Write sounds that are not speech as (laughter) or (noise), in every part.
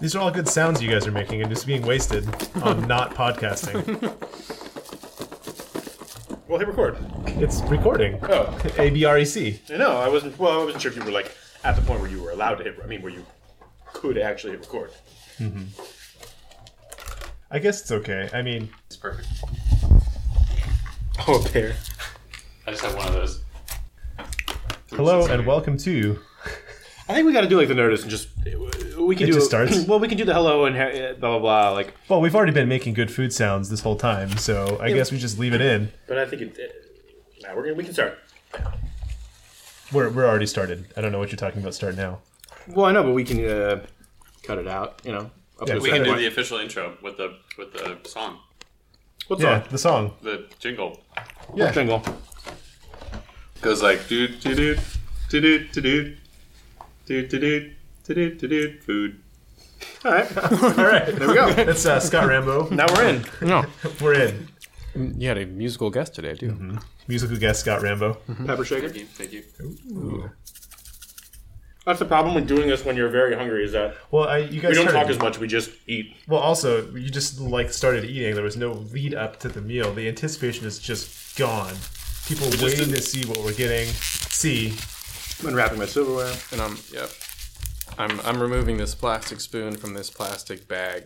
These are all good sounds you guys are making and just being wasted (laughs) on not podcasting. Well, hit record. It's recording. Oh, A B R E C. I know. I wasn't. Well, I wasn't sure if you were like at the point where you were allowed to hit. I mean, where you could actually hit record. I guess it's okay. I mean, It's perfect. Oh, there. I just have one of those. hello and welcome to. I think we got to do like the notice and just we can It do just starts. (clears throat) Well, we can do the hello and ha- eh, blah blah blah. Like, Well, we've already been making good food sounds this whole time, so I guess we just leave it in. but I think it. it now we're gonna, we can start. We're, we're already started. I don't know what you're talking about. Start now. Well, I know, but we can uh, cut it out. You know. Up to a we We certain can do point. the official intro with the with the song, What's Yeah, on? the song. the jingle. Yeah. Jingle. Goes like do do do do do do do do do do do do do food. All right. All right. There we go. That's uh, Scott Rambo. (laughs) Now we're in. No, We're in. you had a musical guest today too. Mm-hmm. Musical guest Scott Rambo. Pepper shaker. Thank you, thank you. That's the problem with doing this when you're very hungry. Is that Well, I, you guys we don't started- talk as much. We just eat. Well, also, you just like started eating. There was no lead up to the meal. The anticipation is just gone. People waiting to see what we're getting. See, I'm unwrapping my silverware. And um, I'm yep. I'm I'm removing this plastic spoon from this plastic bag.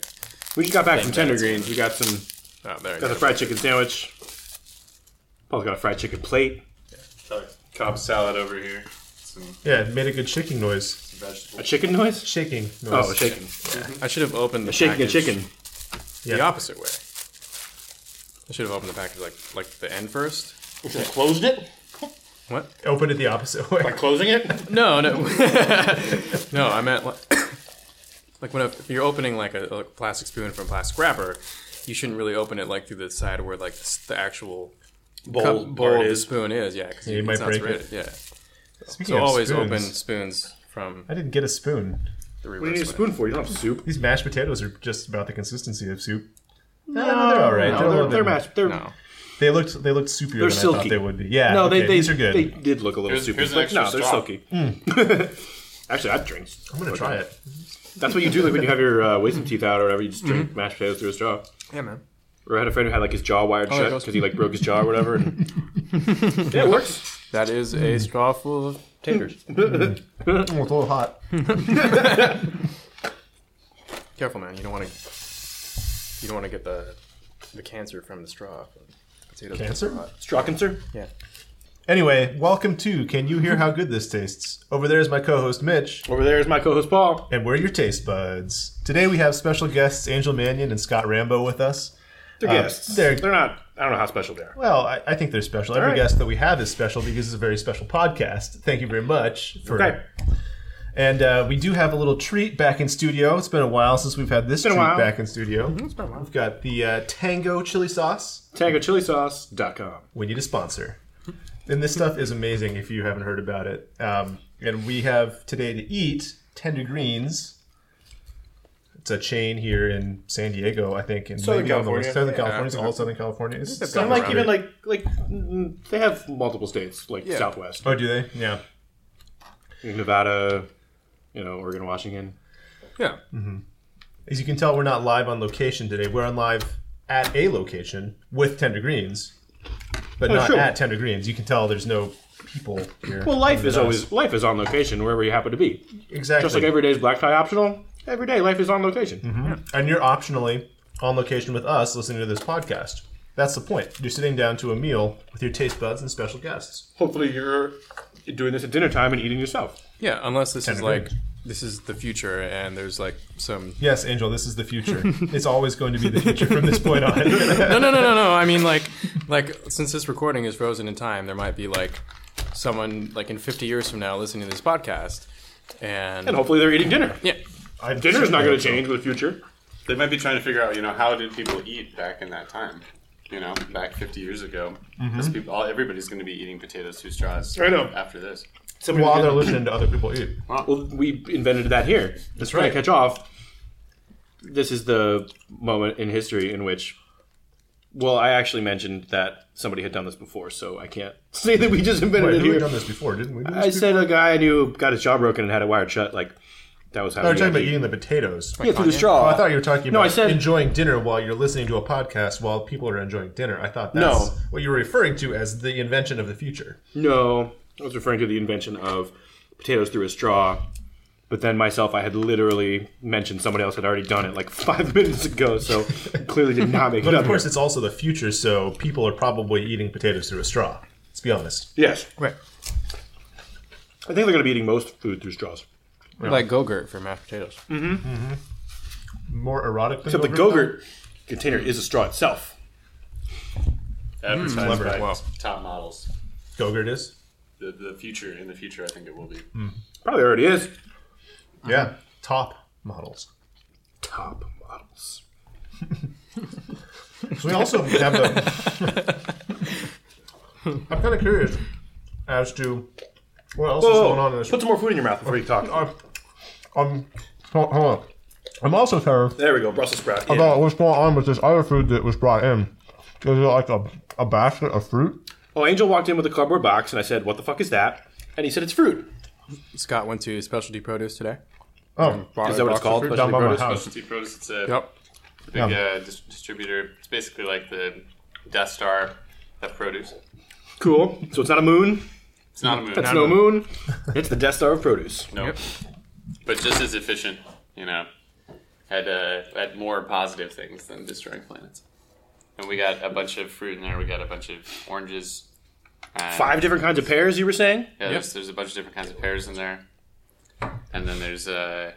We just got back from Tender Greens. We got some Oh, there you got a go. fried chicken sandwich. Paul's got a fried chicken plate. Sorry. Cobb salad over here. Some yeah, it made a good shaking noise. A vegetables. chicken noise? Shaking noise. Oh, a shaking. I should have opened the Shaking a package chicken. the Yeah. opposite way. I should have opened the package like like the end first. I closed it? What? Open it the opposite (laughs) way. By closing it? No, (laughs) no, no. I meant like, like when a, if you're opening like a, a plastic spoon from a plastic wrapper, you shouldn't really open it like through the side where like the, the actual Bowl, cup bowl part of the is. spoon is. Yeah, because you might break it. Yeah. Speaking So of always spoons, open spoons from I didn't get a spoon. the What do you reverse. need a window. spoon for? You don't have soup. These mashed potatoes are just about the consistency of soup. No, they're all right. they're, a No, they're, little they're bit- mashed. They're, No. They looked they looked soupier they're than I thought silky. they would be. Yeah, No, they, okay, they, these are good. They did look a little Here's- soupy. here's an but extra no, they're straw. silky. (laughs) Actually, I'd drink. Hmm. I'm gonna try it. That's what you do like when you have your uh, wisdom teeth out or whatever. You just drink Hmm. mashed potatoes through a straw. Yeah, man. Or I had a friend who had like his jaw Oh, wired shut it goes- because he like broke his jaw or whatever. (laughs) And... yeah, it works. (laughs) That is a straw full of taters. Mm, it's a little hot. Careful, man. You don't want to. You don't want to get the the cancer from the straw. from the potatoes. Cancer. Straw cancer? Yeah. Anyway, welcome to Can You Hear How Good This Tastes? Over there is my co-host Mitch. Over there is my co-host Paul. and we're your taste buds. Today we have special guests Angel Mannion and Scott Rambo with us. They're Uh, guests. they're- They're, not. I don't know how special they are. Well, I, I think they're special. Every right. guest that we have is special because it's a very special podcast. Thank you very much for. Okay. And uh, we do have a little treat back in studio. It's been a while since we've had this been a treat while. Mm-hmm, back in studio. It's been a while. We've got the uh, Tango chili sauce. TangoChiliSauce.com. we need a sponsor. And this stuff is amazing if you haven't heard about it. Um, and we have today to eat Tender Greens. It's a chain here in San Diego, I think, and Southern maybe on the California. west- Southern Yeah. California, it's all Southern California. It's got stuff And like around even it. like like mm, they have multiple states like Yeah. Southwest, oh, do they? Yeah, Nevada, you know Oregon, Washington. Yeah. as you can tell, we're not live on location today. We're on live at a location with Tender Greens, but Oh, not sure. at Tender Greens. You can tell there's no people here. Well, life is Nice. always life is on location wherever you happen to be. exactly. Just like every day is black tie optional. Every day life is on location. and you're optionally on location with us listening to this podcast. That's the point. You're sitting down to a meal with your taste buds and special guests. Hopefully you're doing this at dinner time and eating yourself. Yeah. Unless this is Kinda like good. this is the future, and there's like some. Yes, Angel, this is the (laughs) future. it's always going to be the future from this point on. No, no, no, no, no. I mean, like, like since this recording is frozen in time, there might be like someone like in 50 years from now listening to this podcast, and, And hopefully they're eating dinner. yeah, I- Dinner's not going to change with the future. They might be trying to figure out, you know, how did people eat back in that time? You know, back 50 years ago, because people, all, everybody's going to be eating potatoes through straws. Mm-hmm. I know. After this, While they're listening to other people eat. Well, we invented that here. That's right. Catch off. This is the moment in history in which, well, I actually mentioned that somebody had done this before, so I can't (laughs) say that we just invented Wait, it we've here. done this before, didn't we? I said a guy I knew got his jaw broken and had it wired shut like That was how. No, we're we talking had about to- eating the potatoes. Yeah, through the Kanye? straw. Oh, I thought you were talking about No, I said- enjoying dinner while you're listening to a podcast while people are enjoying dinner. I thought that's No. what you were referring to as the invention of the future. No, I was referring to the invention of potatoes through a straw. But then myself, I had literally mentioned someone else had already done it like (laughs) five minutes ago, so clearly did not make it But up. of course, it's also the future, so people are probably eating potatoes through a straw. Let's be honest. yes, Right. I think they're going to be eating most food through straws. Like Gogurt for mashed potatoes. More erotic than Except the Go-Gurt? Go-Gurt container is a straw itself. Advertised clever. by Wow. top models. Go-Gurt is? The, the future in the future, I think it will be. Probably already is. Yeah. Top models. Top models. So we also have the. I'm kind of curious as to what else is Oh. going on in this. Put some more food in your mouth before you talk. Uh, um, hold hold on. I'm also curious There we go, Brussels sprout. Yeah. about what's going on with this other food that was brought in. Is it like a, a basket of fruit? Well, Oh, Angel walked in with a cardboard box, and I said, "What the fuck is that?" And he said, "It's fruit." Scott went to specialty produce today. Oh, Is that what it's called? down Specialty by my produce? house. Specialty produce. It's a Yep. big Yeah. uh, dis- distributor. It's basically like the Death Star of produce. Cool. So it's not a moon. It's not a movie. It's no moon. (laughs) It's the Death Star of produce. No. Yep. But just as efficient, you know. Had uh, had more positive things than destroying planets. And we got a bunch of fruit in there. We got a bunch of oranges. and- Five different kinds of pears, you were saying? Yeah, there's, there's a bunch of different kinds of pears in there. And then there's uh,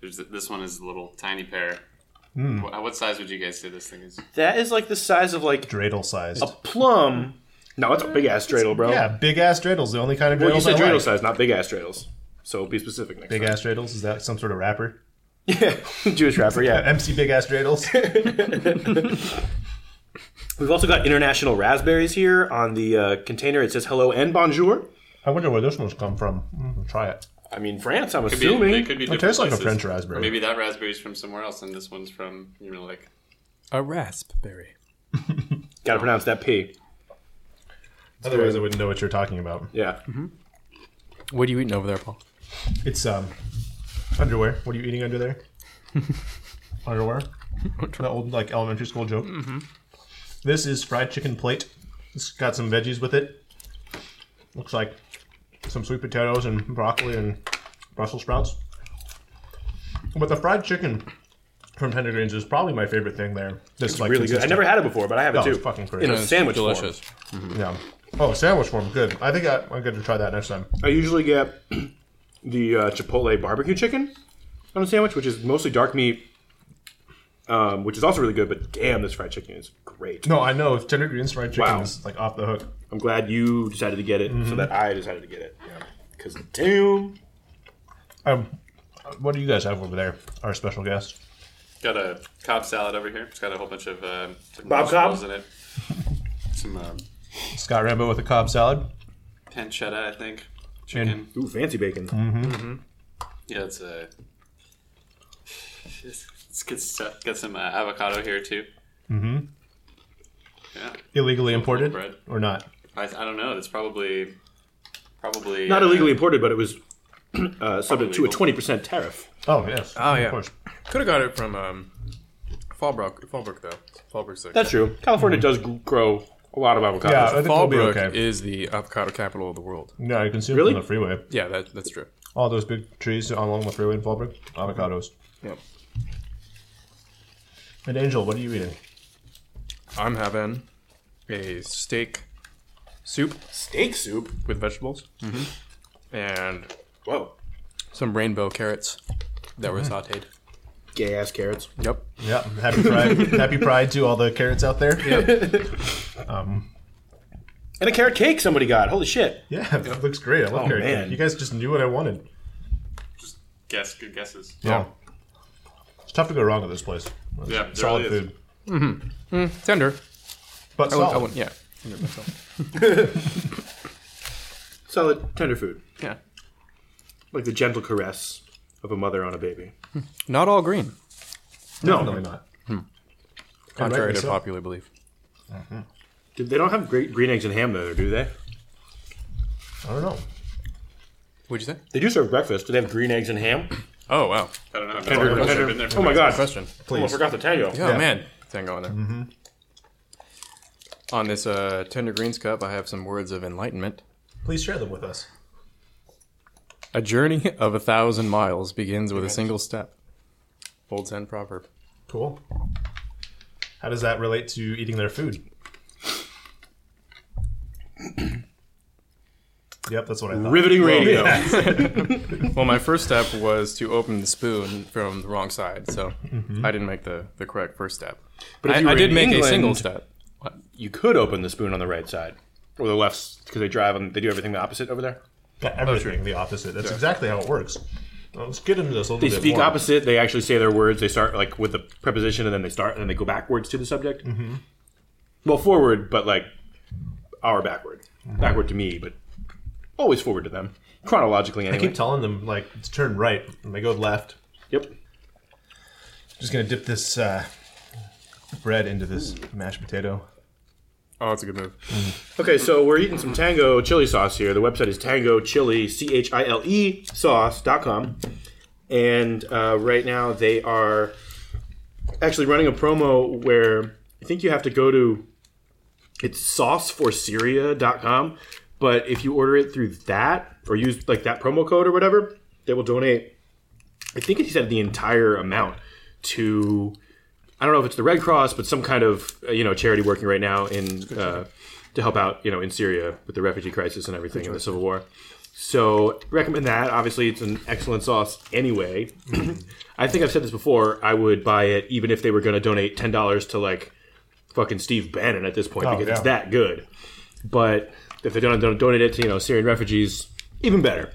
there's th- this one is a little tiny pear. Hmm. What, what size would you guys say this thing is? That is like the size of like Dreidel sized. a plum. No, it's a big ass dreidel, bro. Yeah, big ass dreidels. The only kind of dreidels Well, you said I dreidel like. size, not big ass dreidels. So be specific next Big time. ass dreidels. Is that some sort of rapper? Yeah, (laughs) Jewish rapper, yeah. MC Big Ass Dreidels. We've also got international raspberries here on the uh, container. It says hello and bonjour. I wonder where this one's come from. Mm, we'll try it. I mean, France, I'm Could be, they assuming. could be It different tastes like a places. French Or raspberry. maybe that raspberry's from somewhere else, and this one's from you know like A raspberry. Gotta pronounce that P. Otherwise, I wouldn't know what you're talking about. Yeah. What are you eating over there, Paul? It's um, underwear. What are you eating under (laughs) there? underwear. That old like elementary school joke. Mm-hmm. This is fried chicken plate. It's got some veggies with it. Looks like some sweet potatoes and broccoli and Brussels sprouts. But the fried chicken from Tender Greens is probably my favorite thing there. This is like really good. I consistent. never had it before, but I have it Oh, too. it's fucking great. In a It's sandwich form. Delicious. Yeah. Oh, sandwich form. Good. I think I, I'm going to try that next time. I usually get (clears throat) the uh, Chipotle barbecue chicken on a sandwich, which is mostly dark meat, um, which is also really good. But damn, this fried chicken is great. No, I know Tender Greens fried chicken Wow. is like off the hook. I'm glad you decided to get it, Mm-hmm. so that I decided to get it. Because damn, Um, what do you guys have over there? Our special guest. got a cob salad over here. It's got a whole bunch of uh, different Bob Cobb? vegetables in (laughs) it. Some uh, Scott Rambo with a cob salad. pancetta, I think. Chicken. ooh, fancy bacon. Mm-hmm. Yeah, it's a. It's good stuff. Got some uh, avocado here too. Mm-hmm. Yeah, Illegally imported bread. or not? I, I don't know. It's probably, probably Not uh, illegally imported, but it was (clears throat) uh, subject to a Illegal. twenty percent tariff. Oh yes. Oh, yeah. Of course. Could have got it from um, Fallbrook, Fallbrook though. Fallbrook's like That's true. California does g- grow a lot of avocados. Yeah, I think we'll be Fallbrook okay. is the avocado capital of the world. yeah, you can see Really? them on the freeway. Yeah, that, that's true. All those big trees along the freeway in Fallbrook, avocados. Yep. And Angel, what are you eating? I'm having a steak soup Steak soup. with vegetables Mm-hmm. and Whoa, some rainbow carrots that were sautéed. gay ass carrots. Yep. Yeah, happy pride. happy pride to all the carrots out there. Yeah, And a carrot cake somebody got. Holy shit! yeah, that looks great. I love Oh, carrot man. cake. You guys just knew what I wanted. uh, guess good guesses. Yeah. It's tough to go wrong with this place. Yeah, there Solid really is. food, Tender. but I solid. wouldn't, I wouldn't, yeah. Tender myself. Solid tender food. Yeah. like the gentle caress of a mother on a baby. Not all green, Definitely No, not. contrary rightly to so. popular belief. Dude, they don't have great green eggs and ham there, do they? I don't know. Would you say? Oh, They do serve breakfast. Do they have green eggs and ham? Oh wow. I don't know. I've Tender- never- I've never tender- been there. oh my god! Question. Oh, I forgot the tag. Oh Yeah. man, tango on there. Mm-hmm. On this uh, tender greens cup, I have some words of enlightenment. Please share them with us. A journey of a thousand miles begins with a single step. Old Zen proverb. Cool. How does that relate to eating their food? (clears throat) yep, that's what I thought. Riveting radio. Well, my first step was to open the spoon from the wrong side, so I didn't make the, the correct first step. Mm-hmm. But if I, you were I did in make a England, single step. (laughs) You could open the spoon on the right side or the left because they drive them. They do everything the opposite over there. Got everything the opposite. That's exactly how it works. Well, let's get into this a little They bit speak more. opposite. They actually say their words. They start like with the preposition, and then they start, and then they go backwards to the subject. Mm-hmm. Well, forward, but like our backward, Mm-hmm. backward to me, but always forward to them, chronologically. I Anyway. keep telling them like to turn right, and they go left. yep. Just gonna dip this uh, bread into this mashed potato. Oh, that's a good move. Okay, so we're eating some Tango chili sauce here. The website is tango chili, C H I L E sauce.com. And uh, right now they are actually running a promo where I think you have to go to it's sauceforsyria.com. But if you order it through that or use like that promo code or whatever, they will donate, I think he said the entire amount to, I don't know if it's the Red Cross, but some kind of, uh, you know, charity working right now in. Uh, to help out, you know, in Syria with the refugee crisis and everything in the civil war. So recommend that. Obviously, it's an excellent sauce. Anyway, (clears throat) I think I've said this before. I would buy it even if they were going to donate ten dollars to like fucking Steve Bannon at this point Oh, because it's yeah. that good. But if they're going to donate it to you know Syrian refugees, even better.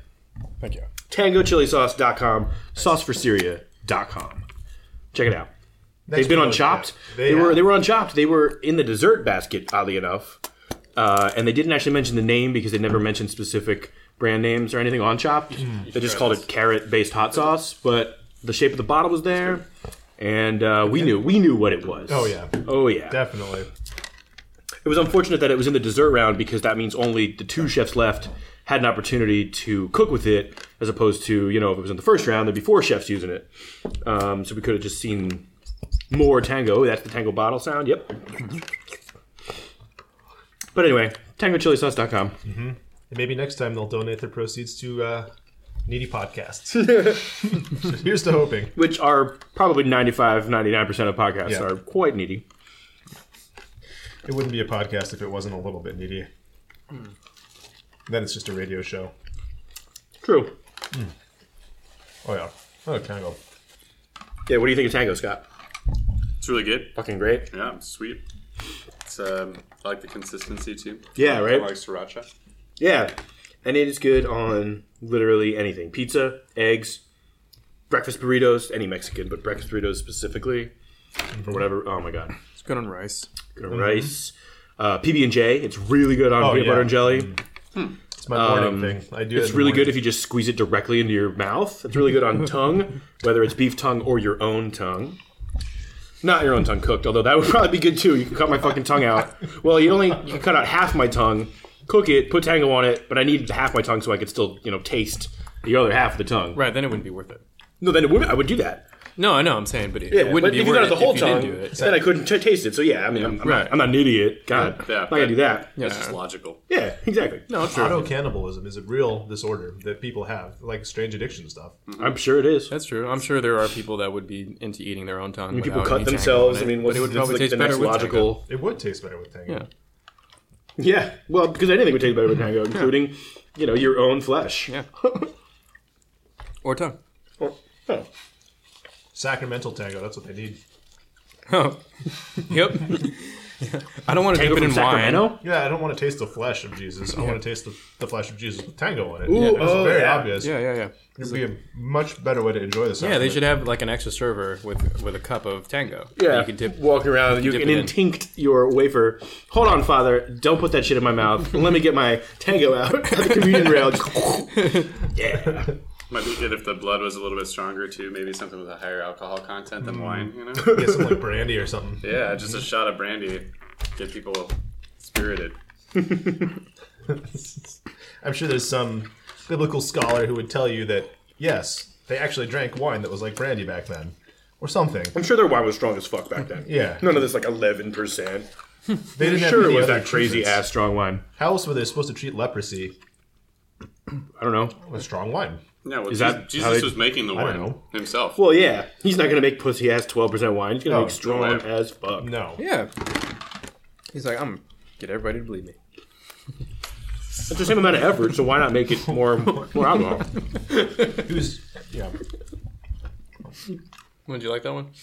Thank you. TangoChiliSauce.com, SauceForSyria.com. Check it out. Next They've been on promotion. Chopped. They, They, were uh, they were on Chopped. They were in the dessert basket, oddly enough, uh, and they didn't actually mention the name because they never mentioned specific brand names or anything on Chopped. Mm. They just called it carrot based hot sauce, but the shape of the bottle was there, and uh, we knew we knew what it was. Oh, yeah. oh yeah. Definitely. It was unfortunate that it was in the dessert round because that means only the two chefs left had an opportunity to cook with it, as opposed to you know if it was in the first round, there'd be four chefs using it. Um, so we could have just seen more tango. Oh, that's the tango bottle sound. Yep. But anyway, tangochilisauce.com. And maybe next time they'll donate their proceeds to uh, needy (laughs) podcasts. Here's to hoping. which are probably 95, 99% of podcasts Yeah. are quite needy. It wouldn't be a podcast if it wasn't a little bit needy. Hmm. Then it's just a radio show. True. Oh yeah. Oh tango. Yeah, what do you think of tango, Scott? It's really good. Fucking great. Yeah, it's sweet. It's um, I like the consistency too. Yeah, I right? like sriracha. Yeah, and it is good on literally anything: pizza, eggs, breakfast burritos, any Mexican, but breakfast burritos specifically, or whatever. Oh my god, It's good on rice. Good on rice, uh, PB and J. It's really good on Mm-hmm. Oh, peanut yeah. butter and jelly. It's my morning Um, thing. I do. It's really good if you just squeeze it directly into your mouth. It's really good (laughs) on tongue, whether it's beef tongue or your own tongue. Not your own tongue cooked, although that would (laughs) probably be good too. You can cut my fucking tongue out. Well, you only you can cut out half my tongue, cook it, put tango on it, but I need half my tongue so I could still you know taste the other half of the tongue. Right, then it wouldn't be worth it. No, then it would, I would do that. No, I know. I'm saying, but it, Yeah, it but wouldn't be if you worth got it the whole if you tongue, didn't do it. then I couldn't t- taste it. So yeah, I mean, I'm, I'm Right. not, I'm not an idiot. God, Yeah, I'm not gonna do that. Yeah. It's just logical. Yeah, exactly. No, sure. Auto cannibalism is a real disorder that people have, like strange addiction stuff. I'm sure it is. That's true. I'm sure there are people that would be into eating their own tongue. People without cut any tango themselves. on I it, mean, but what's it would it's probably like taste the better next with tango. logical? It would taste better with tango. Yeah. Yeah, well, because anything would taste better with tango, including, you know, your own flesh. Yeah. (laughs) Or tongue. Huh. Sacramental tango. That's what they need. Oh. yep. I don't want to Tango dip it from in Sacramento? wine. Yeah, I don't want to taste the flesh of Jesus. I want to taste the, the flesh of Jesus with tango on it. Ooh, it's oh, very yeah. obvious. Yeah, yeah, yeah. It would be a much better way to enjoy this. Yeah, they should have like an extra server with with a cup of tango. Yeah, you can dip. walk around, you dip can it in. intinct your wafer. Hold on, father, don't put that shit in my (laughs) mouth. Let me get my tango out at the communion (laughs) rail. yeah, Might be good if the blood was a little bit stronger too. Maybe something with a higher alcohol content Mm. than wine. (laughs) You know? Get some (laughs) like brandy or something. yeah, just Mm-hmm. a shot of brandy, get people spirited. (laughs) I'm sure there's some biblical scholar who would tell you that yes, They actually drank wine that was like brandy back then, or something. I'm sure their wine was strong as fuck back then. Yeah. None of this like 11. percent They didn't have Sure, it any was other that crazy treatments. ass strong wine. How else were they supposed to treat leprosy I don't know. with strong wine? No, well, Is Jesus, that how Jesus they- was making the don't wine know. himself. Well, yeah, he's not gonna make pussy ass 12 percent wine. He's gonna No, make strong no way. as fuck. No. Yeah. He's like, I'm get everybody to believe me. It's the same amount of effort, so why not make it more more alcohol? He was. Yeah. Would you like that one?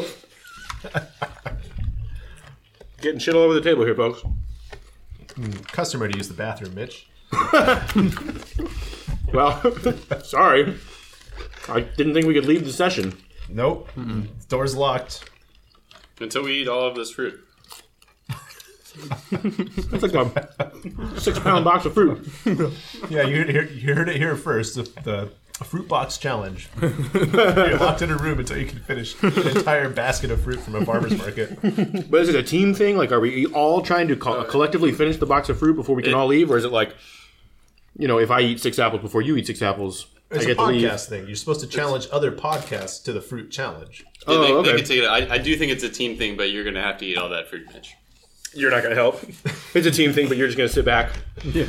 (laughs) Getting shit all over the table here, folks. Customer to use the bathroom, Mitch. Well, (laughs) sorry, I didn't think we could leave the session. Nope. Door's locked. Until we eat all of this fruit. It's like a six pound box of fruit. Yeah, you heard, it- you heard it here first. The, the fruit box (laughs) challenge. You're locked in a room until you can finish an entire basket of fruit from a farmer's market. But is it a team thing? Like, are we all trying to co- collectively finish the box of fruit before we can all leave, or is Uh, it like, you know, if I eat six apples before you eat six apples, It's I a get to leave? podcast thing. You're supposed to challenge other podcasts to the fruit challenge. Oh, they, okay. they can take it. I, I do think it's a team thing, but you're going to have to eat all that fruit, Mitch. You're not going to help. (laughs) It's a team thing, but you're just going to sit back.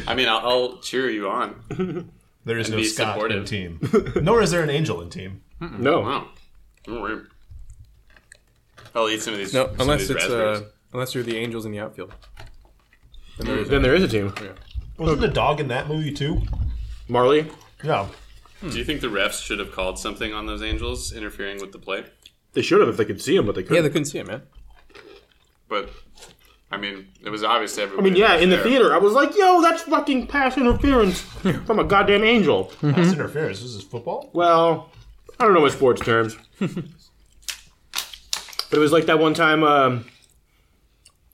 I mean, I'll, I'll cheer you on. There is no be Scott in supportive. team, (laughs) nor is there an angel in team. No, Wow. All right. I'll eat some of these. No, some of unless these it's raspberries. uh, unless you're the Angels in the outfield. Then there is then there is a team. Wasn't the dog in that movie too? Marley, Yeah. hmm. Do you think the refs should have called something on those Angels interfering with the play? they should have if they could see him, but they yeah, couldn't. they couldn't see it, man. But I mean, it was obvious to I everyone. mean, yeah, in the there. theater, I was like, yo, that's fucking pass interference from a goddamn angel. That's interference. This is football. Well, I don't know my sports terms. (laughs) but it was like that one time. Um,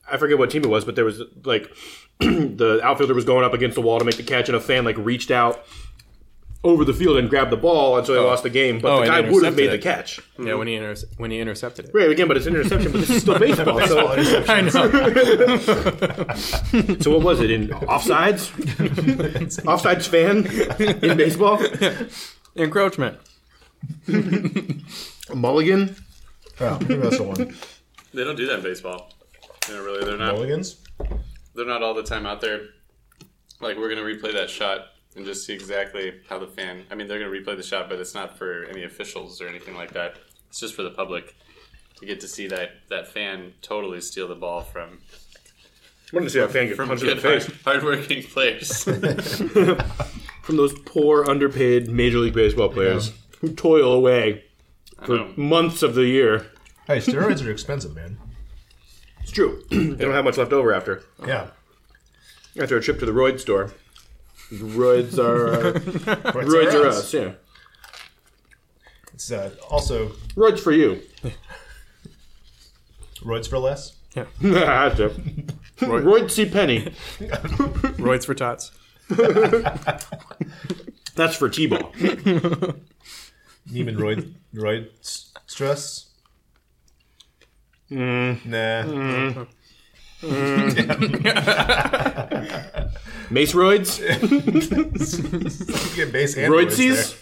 I forget what team it was, but there was like (clears throat) the outfielder was going up against the wall to make the catch, and a fan like reached out over the field and grabbed the ball, and so they lost the game. But Oh, the and guy would have intercepted made the it. catch. Yeah, when he inter- when he intercepted it. Right again, but it's an interception. But this is still baseball. Baseball (laughs) so, interception. I know. so what was it in offsides? offsides fan in baseball? Encroachment. Mulligan. Oh, maybe that's the one. they don't do that in baseball. They're really, they're not. Mulligans. They're not all the time out there. Like we're gonna replay that shot and just see exactly how the fan. I mean, they're gonna replay the shot, but it's not for any officials or anything like that. It's just for the public to get to see that that fan totally steal the ball from I wanted to see that fan get from punched in good the face. hard, (laughs) hardworking players. from those poor, underpaid Major League Baseball players who toil away for know. months of the year. Hey, steroids are expensive, man. It's true. (clears throat) they don't have much left over after Yeah. after a trip to the roid store. Roids (laughs) are uh, roids are us. Yeah, It's uh, also roids for (laughs) you. roids for less. That's it. Roid C Penny. Roids for tots. That's for T-ball. Neiman roid roid s- stress. Hmm. Nah. Mace (laughs) roids. You get base and roids Roidsies. (laughs)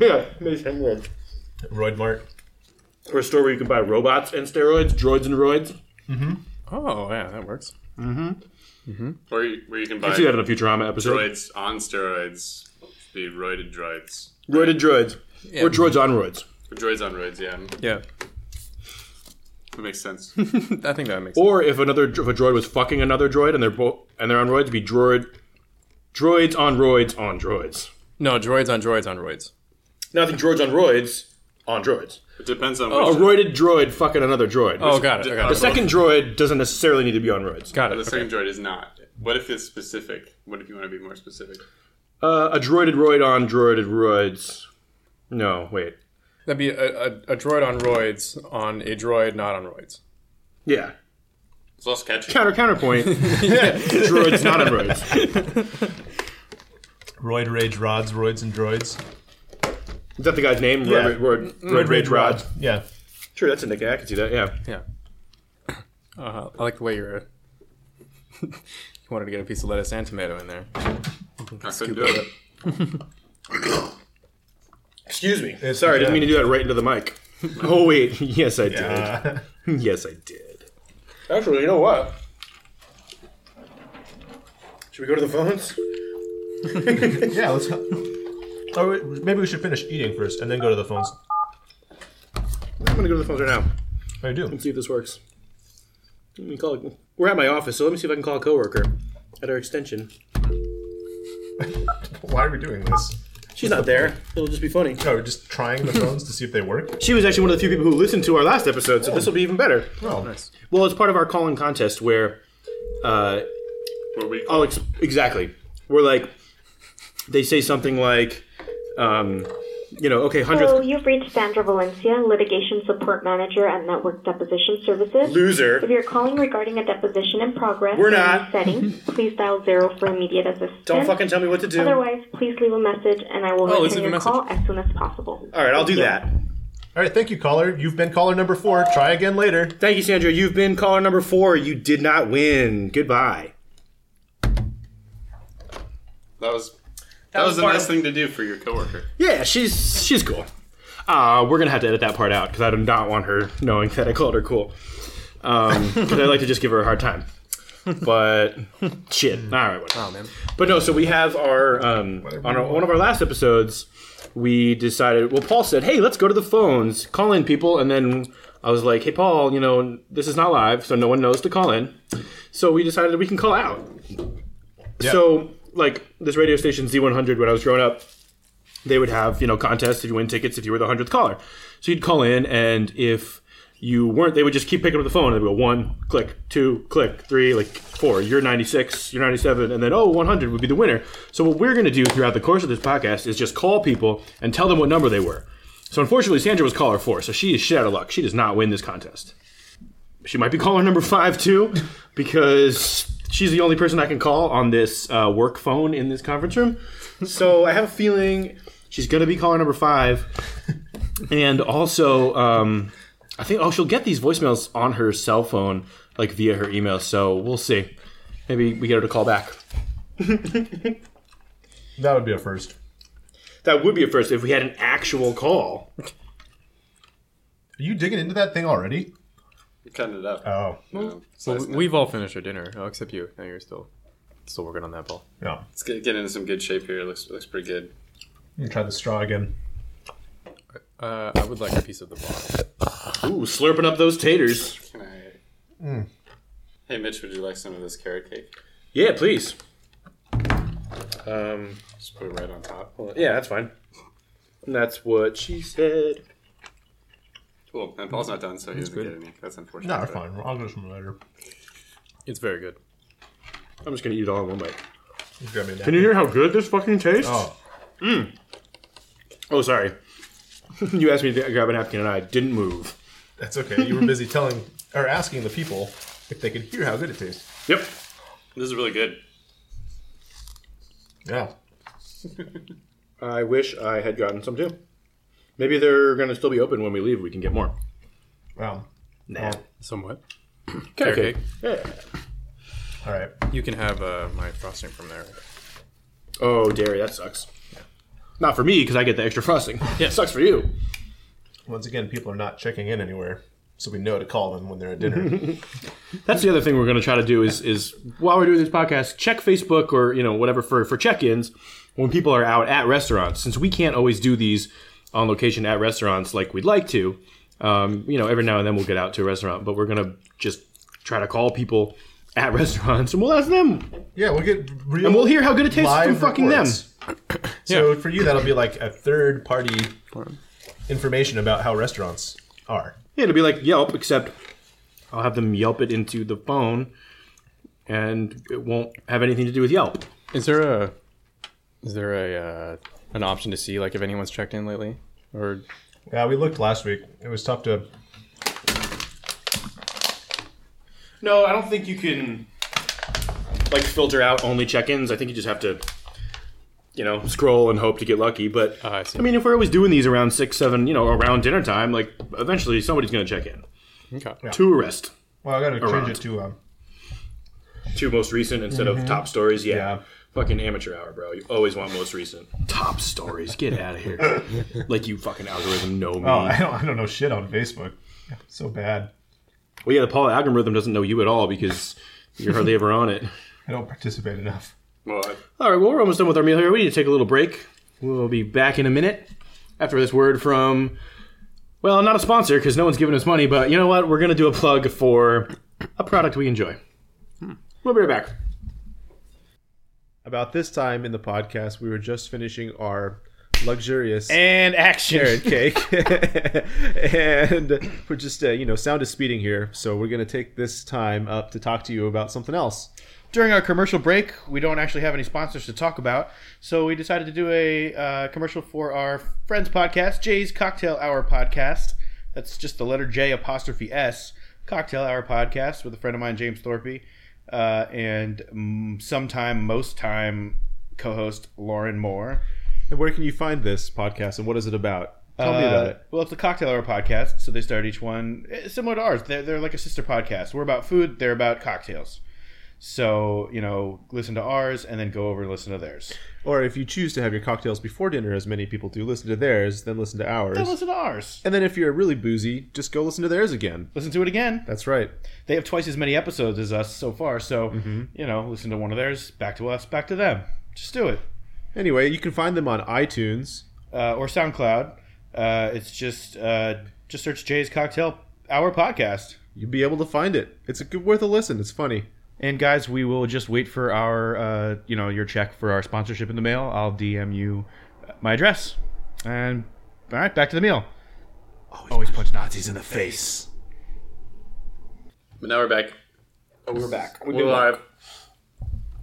Yeah, mace and roids. there. Roid Mart. Or a store where you can buy robots and steroids, droids and roids. Oh yeah, that works. or you, where you can I see that buy in a Futurama episode. droids on steroids, the roided droids. Roided droids. Or droids on roids. Or droids on roids, yeah. Yeah, (laughs) That makes sense. (laughs) I think that makes. sense. Or if another if a droid was fucking another droid and they're both and they're on roids, it'd be droid droids on roids on droids. No, droids on droids on roids. Now I think droids on roids on droids. It depends on A which. roided droid fucking another droid. Oh, got it. I got the it. second droid doesn't necessarily need to be on roids. Got The it. second droid is not. What if it's specific? What if you want to be more specific? Uh, a droided roid on droided roids. No, wait. That'd be a, a, a droid on roids on a droid not on roids. Yeah. It's less catchy. Counter counterpoint. (laughs) droids not on roids. Roid rage rods. Roids and droids. Is that the guy's name? Yeah. Roid, roid, roid, rage rods. Yeah. Sure, that's a nickname. I can see that. Yeah. Yeah. Uh-huh. (laughs) Uh, I like the way you're. you wanted to get a piece of lettuce and tomato in there. I couldn't do it. Excuse me. It's Sorry, I didn't okay. mean to do that right into the mic. oh wait, (laughs) yes I Uh, did. Yes I did. Actually, you know what? Should we go to the phones? yeah, let's. (laughs) Or we- maybe we should finish eating first and then go to the phones. I'm gonna go to the phones right now. I do. See if this works. Let me call. We're at my office, so let me see if I can call a coworker at our extension. Why are we doing this? She's not there. It'll just be funny. No, we're just trying the phones to see if they work. She was actually one of the few people who listened to our last episode, so this will be even better. (laughs) Oh, Well, it's part of our call-in contest where, uh, Were we? oh, ex- exactly, we're like, they say something like, um, you know, okay, Hello, hundredth you've reached Sandra Valencia, litigation support manager at Network Deposition Services. If loser. you're calling regarding a deposition in progress We're in this not. (laughs) setting, please dial zero for immediate assistance. Don't fucking tell me what to do. All Otherwise, please leave a message and I will Oh, let's leave return a your message. call as soon as possible. right, I'll do that. All right, thank you, caller. You've been caller number four. Try again later. Thank you, Sandra. You've been caller number four. You did not win. Goodbye. That was that, was the part nice of- thing to do for your coworker. Yeah, she's she's cool. Uh, we're gonna have to edit that part out because I do not want her knowing that I called her cool. (laughs) Um, 'cause I like to just give her a hard time. But shit, all right, whatever. Oh man. But no, so we have our um, on our, one of our last episodes, we decided. Well, Paul said, "Hey, let's go to the phones, call in people," and then I was like, "Hey, Paul, you know this is not live, so no one knows to call in." So we decided we can call out. So like this radio station Z100 when I was growing up, they would have you know contests if you win tickets if you were the hundredth caller. So you'd call in, and if you weren't, they would just keep picking up the phone. They'd go one, click, two, click, three, like four. You're 96, you're 97, and then oh, 100 would be the winner. So what we're gonna do throughout the course of this podcast is just call people and tell them what number they were. So unfortunately, Sandra was caller four, so she is shit out of luck. She does not win this contest. She might be caller number five too, because she's the only person I can call on this uh, work phone in this conference room. So I have a feeling she's gonna be caller number (laughs) five, and also um, I think oh she'll get these voicemails on her cell phone like via her email. So we'll see. Maybe we get her to call back. That would be a first. That would be a first if we had an actual call. Are you digging into that thing already? You cutting it up. Uh-huh. Oh, you know, it's, Well, nice now. we've all finished our dinner. Oh, except you. Now you're still still working on that ball. no. It's gonna get into some good shape here. It looks looks pretty good. You can try the straw again. Uh, I would like a piece of the ball. Ooh, slurping up those taters. Can I? Hmm. Hey Mitch, would you like some of this carrot cake? Yeah, please. Um, Just put it right on top. well, yeah, that's fine. And that's what she said. Cool. And Paul's not done, so he doesn't good. get any. That's unfortunate. No, we're but- fine. I'll go some later. It's very good. I'm just gonna eat it all in one bite. You grab me a Can napkin. you hear how good this fucking tastes? Oh, Oh, sorry. (laughs) you asked me to grab a napkin and I didn't move. that's okay. You were busy telling or asking the people if they could hear how good it tastes. Yep. This is really good. Yeah. I wish I had gotten some too. Maybe they're going to still be open when we leave. We can get more. Wow. Nah. Somewhat. Carrot Carrot cake. Yeah. All right. You can have uh, my frosting from there. Oh, dairy. That sucks. Not for me because I get the extra frosting. Yeah. sucks for you. Once again, people are not checking in anywhere, so we know to call them when they're at dinner. That's the other thing we're going to try to do is is while we're doing this podcast, check Facebook or you know whatever for for check-ins when people are out at restaurants. Since we can't always do these on location at restaurants like we'd like to, um, you know, every now and then we'll get out to a restaurant, but we're going to just try to call people at (laughs) restaurants and we'll ask them yeah, we'll get real. and we'll hear how good it tastes from live fucking them. reports. (clears throat) so for you, that'll be like a third party information about how restaurants are. Yeah, it'll be like Yelp, except I'll have them Yelp it into the phone, and it won't have anything to do with Yelp. Is there a is there a uh, an option to see like if anyone's checked in lately or Yeah, we looked last week. It was tough to. No, I don't think you can like filter out only check-ins. I think you just have to, you know, scroll and hope to get lucky. But uh, Ah, I see. I mean, if we're always doing these around six, seven, you know, around dinner time, like eventually somebody's going to check in. okay. Tourist. Well, I got to change Around. it to um, to most recent instead of top stories. Mm-hmm. Yeah. Yeah. Fucking amateur hour, bro. You always want most recent. Top stories. Get out of here. (laughs) like you fucking algorithm know me. Oh, (laughs) I don't, I don't know shit on Facebook. So bad. Well, yeah, the Paul algorithm doesn't know you at all because you're hardly ever on it. I don't participate enough. Well, I- All right, well, we're almost done with our meal here. We need to take a little break. We'll be back in a minute after this word from, well, not a sponsor because no one's giving us money, but you know what? We're going to do a plug for a product we enjoy. We'll be right back. About this time in the podcast, we were just finishing our luxurious And action. carrot cake, (laughs) and we're just uh, you know sound is speeding here, so we're gonna take this time up to talk to you about something else. During our commercial break, we don't actually have any sponsors to talk about, so we decided to do a uh, commercial for our friends podcast, Jay's Cocktail Hour podcast. That's just the letter J apostrophe S, Cocktail Hour podcast with a friend of mine, James Thorpe, uh, and mm, sometime, most time, co-host Lauren Moore. And where can you find this podcast, and what is it about? Tell me about Uh, it. Well, it's the Cocktail Hour podcast, so they start each one eh, similar to ours. They're, they're like a sister podcast. We're about food, they're about cocktails. So, you know, listen to ours and then go over and listen to theirs. Or if you choose to have your cocktails before dinner, as many people do, listen to theirs, then listen to Then ours. listen to ours. And then if you're really boozy, just go listen to theirs again. Listen to it again. That's right. They have twice as many episodes as us so far, so, you know, listen to one of theirs, back to us, back to them. Just do it. Anyway, you can find them on iTunes. Uh, or SoundCloud. Uh, it's just, uh, just search Jay's Cocktail Hour podcast. You'll be able to find it. It's a good, worth a listen. It's funny. And guys, we will just wait for our, uh, you know, your check for our sponsorship in the mail. I'll DM you my address. And all right, back to the meal. Always punch Nazis in the face. but now we're back. We're back. We're live.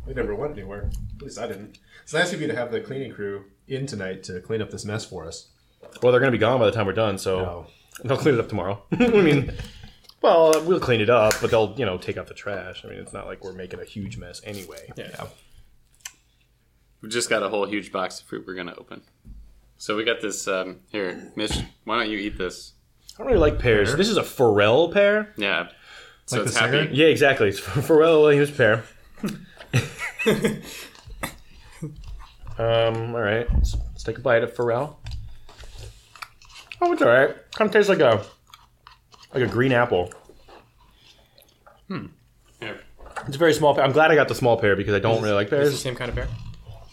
We never went anywhere. At least I didn't. It's nice of you to have the cleaning crew in tonight to clean up this mess for us. Well, they're going to be gone by the time we're done, so they'll clean it up tomorrow. (laughs) I mean, well, we'll clean it up, but they'll, you know, take out the trash. I mean, it's not like we're making a huge mess anyway. Yeah. We just got a whole huge box of fruit we're gonna open. So we got this um, here, Mitch. Why don't you eat this? I don't really like pears. This is a Pharrell pear. Yeah. So Like it's the happy. cigarette? Yeah, exactly. It's Pharrell Williams pair. um, all right. Let's, let's take a bite of Pharrell. Oh, it's all right. Kind of tastes like a like a green apple. Here. It's a very small. Pear. I'm glad I got the small pear because I don't really like It's the pears. same kind of pear.